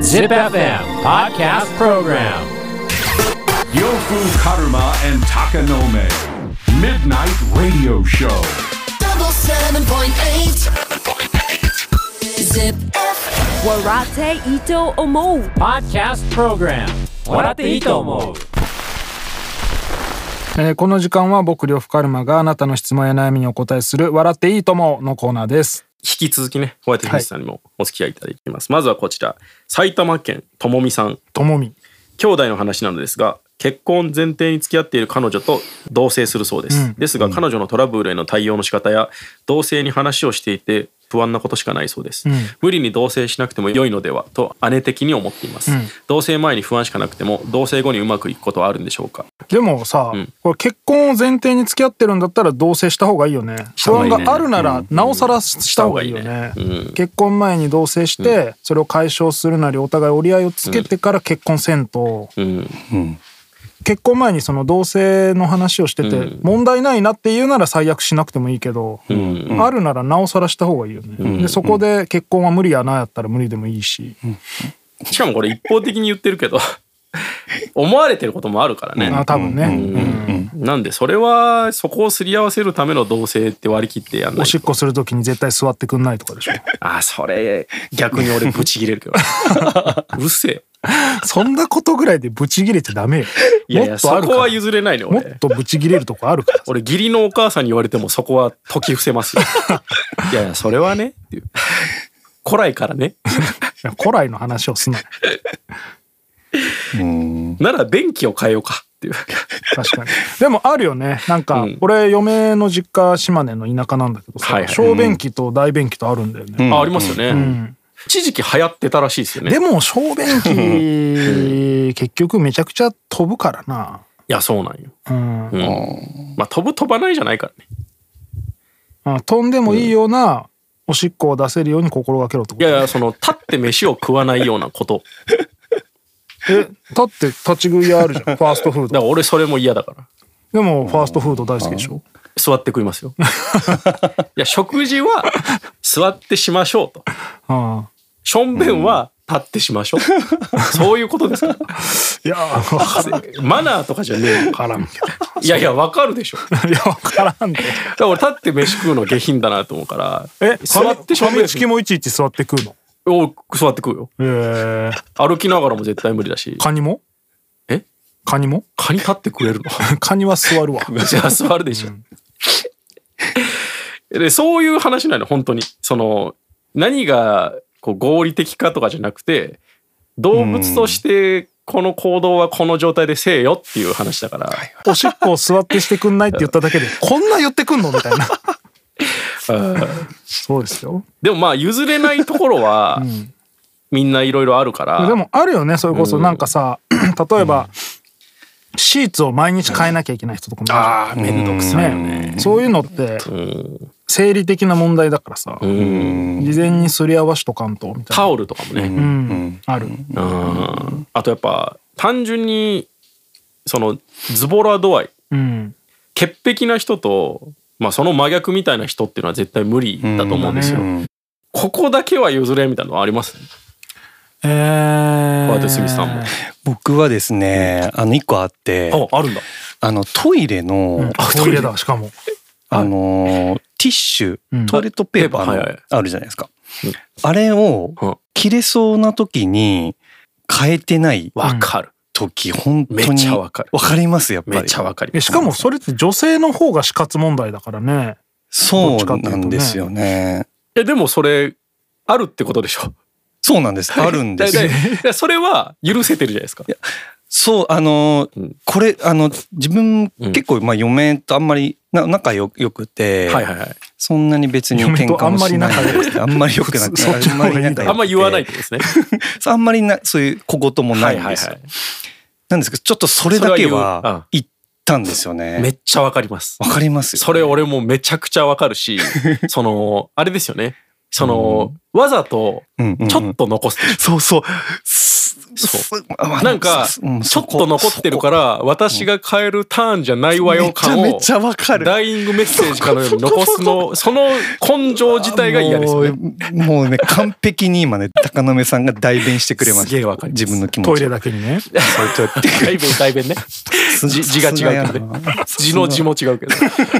Zip FM Podcast Program Yofu Karuma and Takanome. Midnight Radio Show. double seven point eight. Zip. Warate Ito Omo Podcast Program 笑っていいと思うえーこの時間は僕、呂布カルマがあなたの質問や悩みにお答えする、笑っていいとものコーナーです。引き続きね、ホワイトヒルさんにもお付き合いいただきます。まずはこちら、埼玉県ともみさん。ともみ。兄弟の話なのですが、結婚前提に付き合っている彼女と同棲するそうです。ですが、彼女のトラブルへの対応の仕方や、同棲に話をしていて、不安なことしかないそうです、無理に同棲しなくても良いのではと姉的に思っています、同棲前に不安しかなくても同棲後にうまくいくことはあるんでしょうかでもさ、んこれ結婚を前提に付き合ってるんだったら同棲した方がいいよね。した不方がい安いねがあるなら、なおさらした方がいいよね。うんうん結婚前に同棲して、それを解消するなり、お互い折り合いをつけてから結婚せんと、うん結婚前にその同棲の話をしてて、問題ないなって言うなら最悪しなくてもいいけど、あるならなおさらした方がいいよね。で、そこで結婚は無理やなやったら無理でもいいし。しかもこれ一方的に言ってるけど 思われてることもあるからね、あ多分ね、なんでそれはそこをすり合わせるための同棲って割り切ってやんなおいしっこするときに絶対座ってくんないとか でしょあそれ逆に俺ブチ切れるけど うるせえそんなことぐらいでブチギレちゃダメよいやいやそもっとあるかこらは譲れないねもっ俺とブチギレるとこある から俺義理のお母さんに言われてもそこは解き伏せ ますよいやいやそれはねっていう古来からねいや古来の話をすんななら便器を変えようかっていう確かにでもあるよねなんか、うん俺嫁の実家島根の田舎なんだけどさ、はいはい小便器と大便器とあるんだよね、あありますよね、一時期流行ってたらしいですよねでも小便器結局めちゃくちゃ飛ぶからないやそうなんよ、うん、まあ飛ぶ飛ばないじゃないからねあ飛んでもいいようなおしっこを出せるように心がけろってこいとやいやその立って飯を食わないようなことえだって立ち食いあるじゃんファーストフードだから俺それも嫌だからでもファーストフード大好きでしょ座って食い ますよいや食事は座ってしましょうとあしょんべんは立ってしましょう、そういうことですかあいやーわからん らマナーとかじゃねえよからんけいやいやわかるでしょだかど いやわからんでら俺立って飯食うの下品だなと思うからえ座ってしょんべんファミチキもいちいち座って食うのお座って食うよええ歩きながらも絶対無理だしカニもえカニもカニ立ってくれるの カニは座るわ じゃあ座るでしょ、でそういう話なの本当にその何がこう合理的かとかじゃなくて動物としてこの行動はこの状態でせえよっていう話だから、おしっこを座ってしてくんないって言っただけで こんな言ってくんのみたいなそうですよでもまあ譲れないところ は、みんないろいろあるからでもあるよねそれこそなんかさ例えばシーツを毎日変えなきゃいけない人とかもいるじゃんああめんどくさいよねねそういうのって生理的な問題だからさ事前にすり合わしとかんとみたいなタオルとかもね、うんあるうんあとやっぱ単純にそのズボラ度合いうん潔癖な人と、まあ、その真逆みたいな人っていうのは絶対無理だと思うんですよ。ここだけは譲れみたいなのありますえーホワイトスミスさんも。僕はですね、あの一個あって、ああるんだ。あのトイレの、あトイレだしかもあのーティッシュ、うんトイレットペーパーはいのはいあるじゃないですか。あれをうん切れそうな時に変えてないわかる。時、本当にめっちゃわかるわかりますやっぱり。めっちゃわかりえます。しかもそれって女性の方が死活問題だからねそうなんですよね。えでもそれあるってことでしょ。そうなんです。あるんでだすだよ。だそれは許せてるじゃないですか。そう、あのーうんこれ、あの、自分、うん結構、まあ、嫁とあんまり、な仲よよくて、はいはいはい。そんなに別に嫁喧と嘩もしないあんまり仲良くあんまり良くなくてそっちの方がいいんだあんまり仲良くてあんま言わないってことですね。そうあんまりなそういう小言もなはいいんはいですよ、はなんですけどちょっとそれだけそれは言ううんは言ったんですよい。めねっちゃわかります。わかりますよそれ俺もめちゃくちゃわかるし、その、あれですよね。その、わざと、うんうんうんちょっと残すでしょそうそうすうなんか、ちうんょそっこと残ってるから、私が変えるターンじゃないわよ感を、めちゃめちゃわかるダイイングメッセージかのように残すの、その根性自体が嫌ですよね。もうもうね完璧に今ね高野目さんが代弁してくれましたすげえわかります自分の気持ちトイレだけにね。そうやって 代弁、代弁ね。じ字が違うけどね。字の字も違うけど。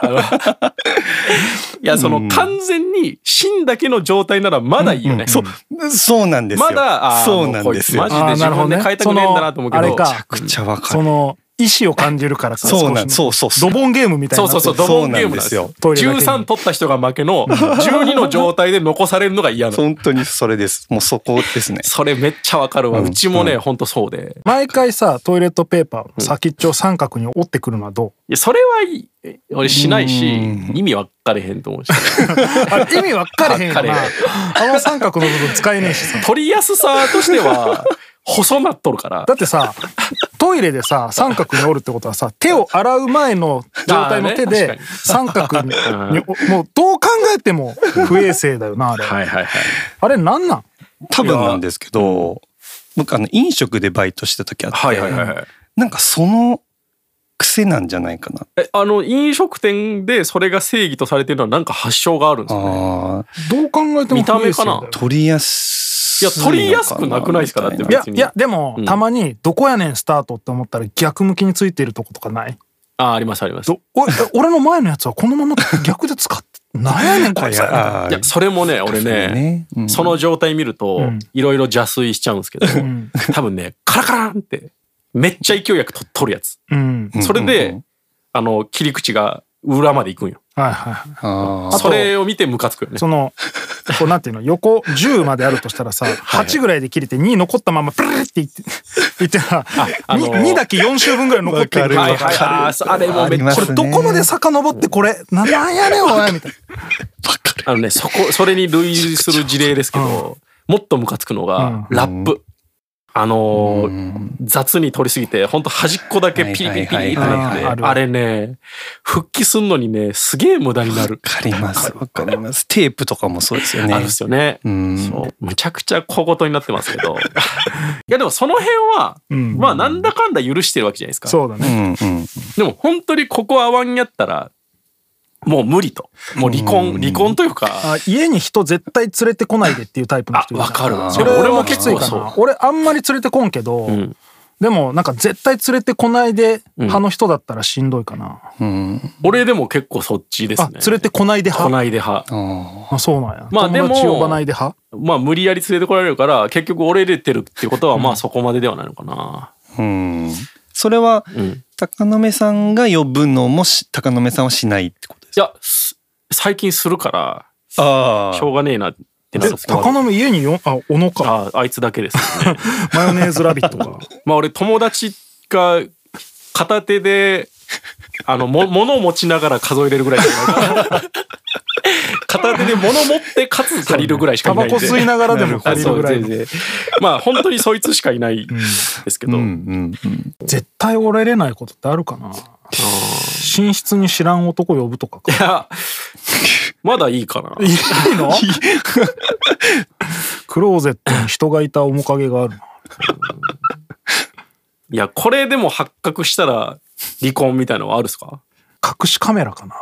あのいや、その完全に芯だけの状態ならまだいいよね。そう。そうなんですよまだ、あーそうなんですよもうこいつマあめジーでな自るほど分ねで変え たくねえんだなと思うけど。そのあれかちゃくちゃわかそるの意志を感じるからかそうなん少しそうそうそうドボンゲームみたいそにうなそうってそう、るドボンゲームなんですそうなよん。ですよトイレだけに13取った人が負けの、12の状態で残されるのが嫌なの。本当にそれですもうそこで すねそれめっちゃわかるわ。うちもね、ほんとそうで。毎回さトイレットペーパーを先っちょを三角に折ってくるのはどいや、それはいい俺しないし、うん意味わかれへんと思うし。 う あれ意味分かれへんよわなかあの三角の部分使えねえしさ取りやすさとしては、細なっとるからだ。ってさトイレでさ三角に折るってことはさ手を洗う前の状態の手あーねで三角 にもうどう考えても不衛生だよなあれはいはいはい。あれなんなん多分なんですけど僕あの飲食でバイトした時あって、はいはいはいはい。なんかその癖なんじゃないかなえ、あの、飲食店でそれが正義とされてるのはなんか発祥があるんですかね。あーどう考えても不衛生だよ見た目かな取りやすいや取りやすくなくないですかだってみたいなやいやでも、うんたまに「どこやねんスタート」って思ったら逆向きについてるとことかないああ、ありますあります。どお俺の前のやつはこのまま逆で使ってなんやねんこいつあーいや、それもね、俺ね、うんその状態見るとうん、いろいろ邪推しちゃうんですけど、ん多分ね、カラカランって、めっちゃ勢いよくと取るやつ。うんうんそれで、うんあの、切り口が裏まで行くんよ。はいはいはいあーとそれを見てムカつくよね。そのこうなんていうの横10まであるとしたらさ8ぐらいで切れて2残ったままプルルルっていっていったらあのー 2, だけ4周分ぐらい残ってるわはいかるはいあーあれもめっありちまゃすこねれどこまで遡ってこれななんやねんおいみたいあのね、そこ、それに類似する事例ですけど、もっとムカつくのが、うんラップ。あのーうん雑に取りすぎて、ほんと端っこだけピリピリピリってなって、はいはいはいあーあるあれね、復帰すんのにね、すげえ無駄になわる。かりますわかりますテープとかもそうですよねあるっすよね。うんそう。むちゃくちゃ小言になってますけど。い や、でもその辺は、うんまあ、なんだかんだ許してるわけじゃないです かな。そうだうねんうんでも本当にここ合わんやったら、もう無理と。もう離婚、離婚というか、あ家に人絶対連れてこないでっていうタイプのあ、人いるわじゃんかるわ。それ俺俺もも結結構構かそなう。俺あんまり連れてこんけど、んでもなんか絶対連れてこないで派の人だったらしんどいかな、うん俺でも結構そっちですあね。連れてこないでこ派ないで派。ああそうなんや、まあでも友達呼ばないで派まあ無理やり連れてこられるから、結局俺入れてるってことは、まあそこまでではないのかな。ーうんそれはうん。い高野目さんが呼ぶのもし高野目さんはしないってことですや、す最近するから、あしょうがねえなってなでる高野家によあ小野かああいつだけですね。 マヨネーズラビットかまあ俺友達が片手であのも物を持ちながら数えれるぐらいしかい ないから片手で物持ってかつ借りるぐらいしかタいなバいんコで吸いながらでも借りるぐらいあそうの全然まあ本当にそいつしかいないですけど、うんうん絶対折れれないことってあるかな寝室に知らん男呼ぶとかかいやまだいいかないいのクローゼットに人がいた面影があるないやこれでも発覚したら離婚みたいのはあるっすか隠しカメラかな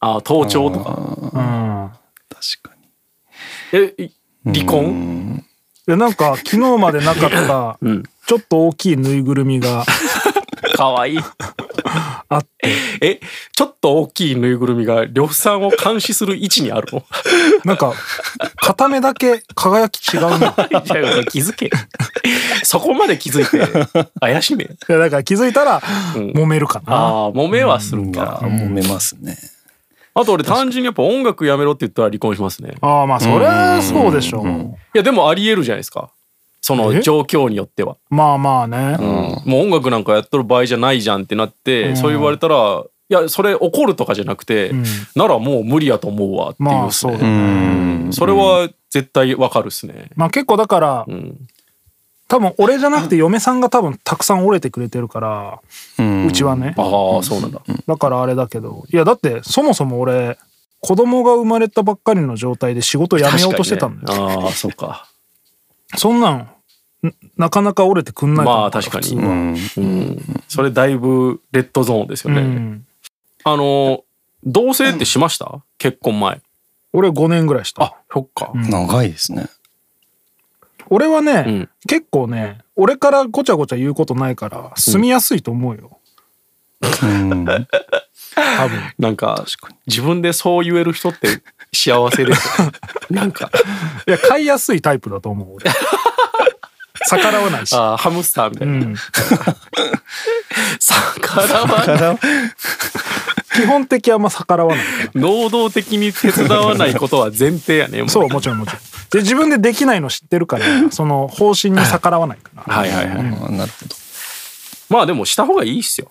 あ盗聴とかうん確かにえい離婚でなんか昨日までなかった、んちょっと大きいぬいぐるみがかわいいあっえちょっと大きいぬいぐるみが呂布さんを監視する位置にあるのなんか片目だけ輝き違うな。い じゃあ気づけ。そこまで気づいて、怪しめ。やだから気づいたらうん揉めるかな。ああ、揉めはするか。揉めますねあと俺単純にやっぱ音楽やめろって言ったら離婚しますね。ああまあそりゃそうでしょう。いやでもありえるじゃないですか。そのえ状況によっては。まあまあね。もう音楽なんかやっとる場合じゃないじゃんってなって、そう言われたら、いや、それ怒るとかじゃなくて、んならもう無理やと思うわっていうまっあすそうねだね。うんそれは絶対わかるっすね。まあ結構だからうん。多分俺じゃなくて嫁さんが多分たくさん折れてくれてるからうんうちはね。ああ、そうなんだ。だからあれだけどいやだってそもそも俺子供が生まれたばっかりの状態で仕事辞めようとしてたんだよ。確かにねああ、そうか。そんなんなかなか折れてく んないまあ確かに普通はうん。それだいぶレッドゾーンですよね、うんあの同棲ってしました、結婚前俺5年ぐらいしたあそっか、長いですね。俺はね、うん結構ね俺からごちゃごちゃ言うことないから住みやすいと思うよ、うん。多分なんか自分でそう言える人って幸せ ですよねなんか いや買いやすいタイプだと思う俺 逆らわないし、あーハムスターみたいうな、ん、逆らわない基本的はあんま逆らわないから能動的に手伝わないことは前提やねもうそうもちろんもちろんで自分でできないの知ってるからその方針に逆らわないからはいはいはい、あなるほど。まあでもした方がいいっすよ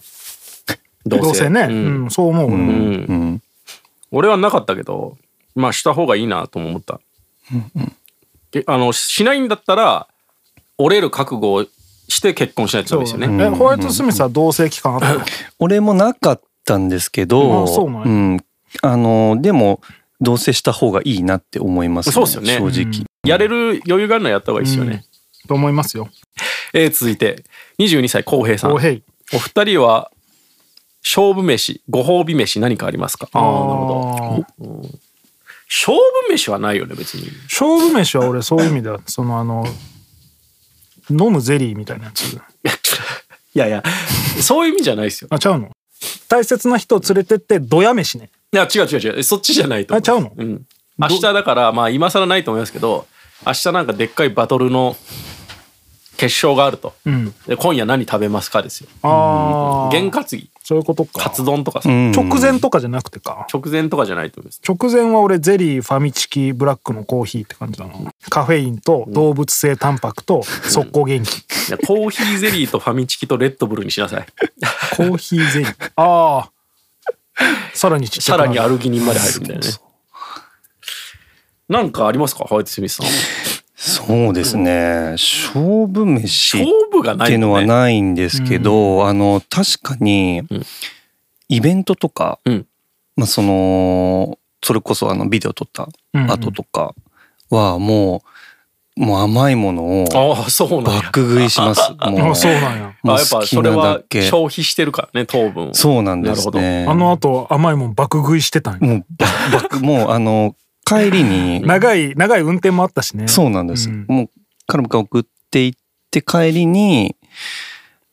どどうせね、ううんんそう思う、俺もうん。俺はなかったけどまあした方がいいなとも思った、えあのしないんだったら折れる覚悟をして結婚しないとダメですよね、えホワイト・スミスは同棲期間あったの俺もなかったんですけど、あそうなんやん。あのでも同棲した方がいいなって思います、そうっすよね正直。やれる余裕があるのはやった方がいいですよね、と思いますよ。えー続いて22歳浩平さんおへい。お二人は勝負飯ご褒美飯何かありますかああなるほどあー勝負飯はないよね別に勝負飯は俺そういう意味ではそのあの飲むゼリーみたいなやついやいやそういう意味じゃないですよあちゃうの大切な人を連れてってドヤ飯ねいや違う違う違うそっちじゃないと思あちゃうのうん、明日だからまあ今更ないと思いますけど明日なんかでっかいバトルの決勝があると、んで今夜何食べますかですよああ験担ぎそういうことカかツ丼とかさ、うん直前とかじゃなくてか直前とかじゃないと思います直前は俺ゼリーファミチキブラックのコーヒーって感じだなカフェインと動物性タンパクと速攻元気いやコーヒーゼリーとファミチキとレッドブルにしなさいコーヒーゼリーああさらにちっちゃさくならるに歩き人まで入るみたいなねなんかありますかホワイトスミスさんそうですね。勝負飯。勝負がっなていいうのもんはねないんですけど、あの確かにんイベントとか、うんまあ、そのそれこそあのビデオ撮った後とかはもう,、もう甘いものをああそうなんや爆食いします。もあそうなんやもあうやっ好ぱきそれなだはけ。消費してるからね糖分をそうなんですね。あの後甘いもん爆食いしてたんやもうば爆もうあの帰 りに長い長い運転もあったしねそうなんです。うんもうカルムが送っていって帰りに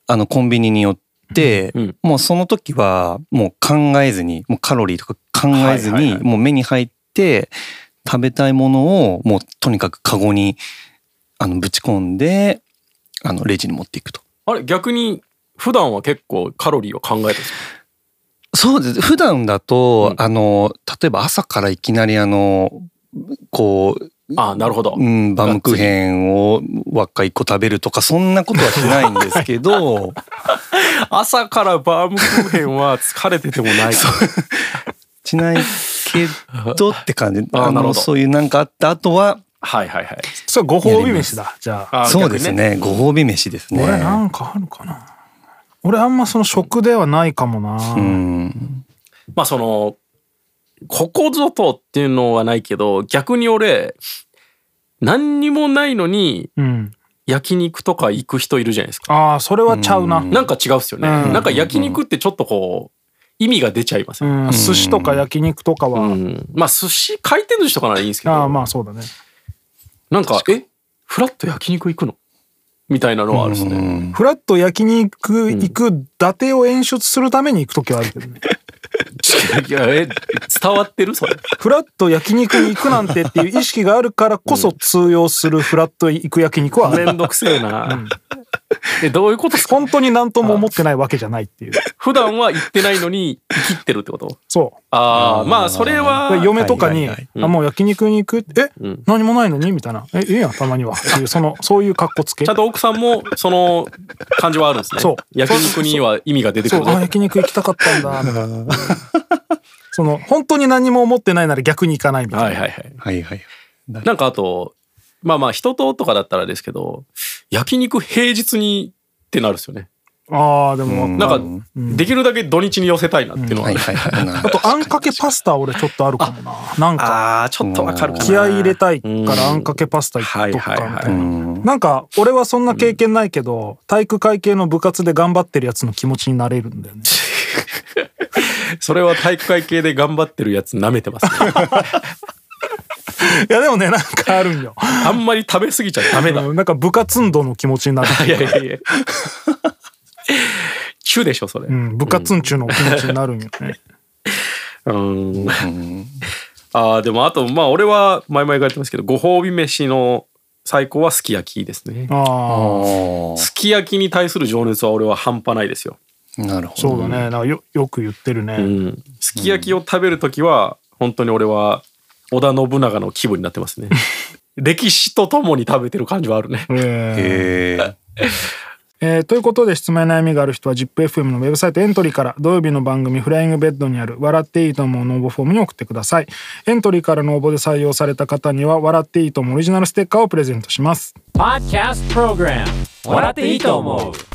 あのコンビニに寄って、うんもうその時はもう考えずにもうカロリーとか考えずに、はいはいはいもう目に入って食べたいものをもうとにかくカゴにあのぶち込んであのレジに持っていくと。あれ逆に普段は結構カロリーを考えてるんですかそうです普段だと、うんあの例えば朝からいきなりあのこうああなるほど、うん、バームクーヘンを輪っか1個食べるとかそんなことはしないんです けど朝からバームクーヘンは疲れててもないしないけどって感じ あなるほあのどそういうなんかあった後ははいはいはいそれご褒美飯だじゃああそうですねご褒美飯ですね俺なんかあるかな俺あんまその食ではないかもな、うんまあそのここぞとっていうのはないけど逆に俺何にもないのにうん、焼肉とか行く人いるじゃないですかああそれはちゃうな、うんなんか違うっすよね、うんなんか焼肉ってちょっとこう意味が出ちゃいますね、寿司とか焼肉とかうは、んまあ寿司回転寿司とかならいいんですけどああまあそうだねなんかえフラッと焼肉行くのみたいなのはあるっすね、フラッと焼肉行く伊達を演出するために行く時はあるけどね、いやえ伝わってるそれフラッと焼肉に行くなんてっていう意識があるからこそ通用するフラッと行く焼肉はあめるんどくせえな。え、どういうことですか本当に何とも思ってないわけじゃないっていう普段は行ってないのに、生きってるってことそうああ、まあ、それは、で嫁とかに、はいはいはいあもう焼肉に行くってえ、ん何もないのにみたいなえいいやんたまにはっていうそのそういう格好つけちゃんと奥さんも、その、感情はあるんですね。そう焼肉には意味が出てくそるうあぞ。焼肉行きたかったんだみたいなその本当に何も思ってないなら逆に行かないみたいな、はいはいはい。はいはいなんかあと、まあまあ、人ととかだったらですけど、焼肉平日にってなるっすよね。ああでも、なうんかできるだけ土日に寄せたいなっていうのははいはいはい。あとあんかけパスタ俺ちょっとあるかもななんかああちょっとわかるかな気合い入れたいからあんかけパスタいっとくかみはいはたいいはな。うんなんか俺はそんな経験ないけど、体育会系の部活で頑張ってるやつの気持ちになれるんだよねそれは体育会系で頑張ってるやつ舐めてますねいやでもねなんかあるんよ、あんまり食べ過ぎちゃ ダメだうんなんか部活運動の気持ちになるいやいやいや中でしょそれううんん、部活運中のお気持ちになるんよね。 ああでもあとまあ俺は前々から言ってますけどご褒美飯の最高はすき焼きですねああ、すき焼きに対する情熱は俺は半端ないですよ、なるほど。そうだね。なんかよよく言ってるね。うん、すき焼きを食べる時は本当に俺は織田信長の気分になって ますね歴史とともに食べてる感じはあるねえーへえ。えーということで質問や悩みがある人は ZIPFM のウェブサイトエントリーから土曜日の番組「フライングベッド」にある「笑っていいと思う」の応募フォームに送ってくださいエントリーからの応募で採用された方には「笑っていいと思う」オリジナルステッカーをプレゼントします Podcast Program 笑っていいと思う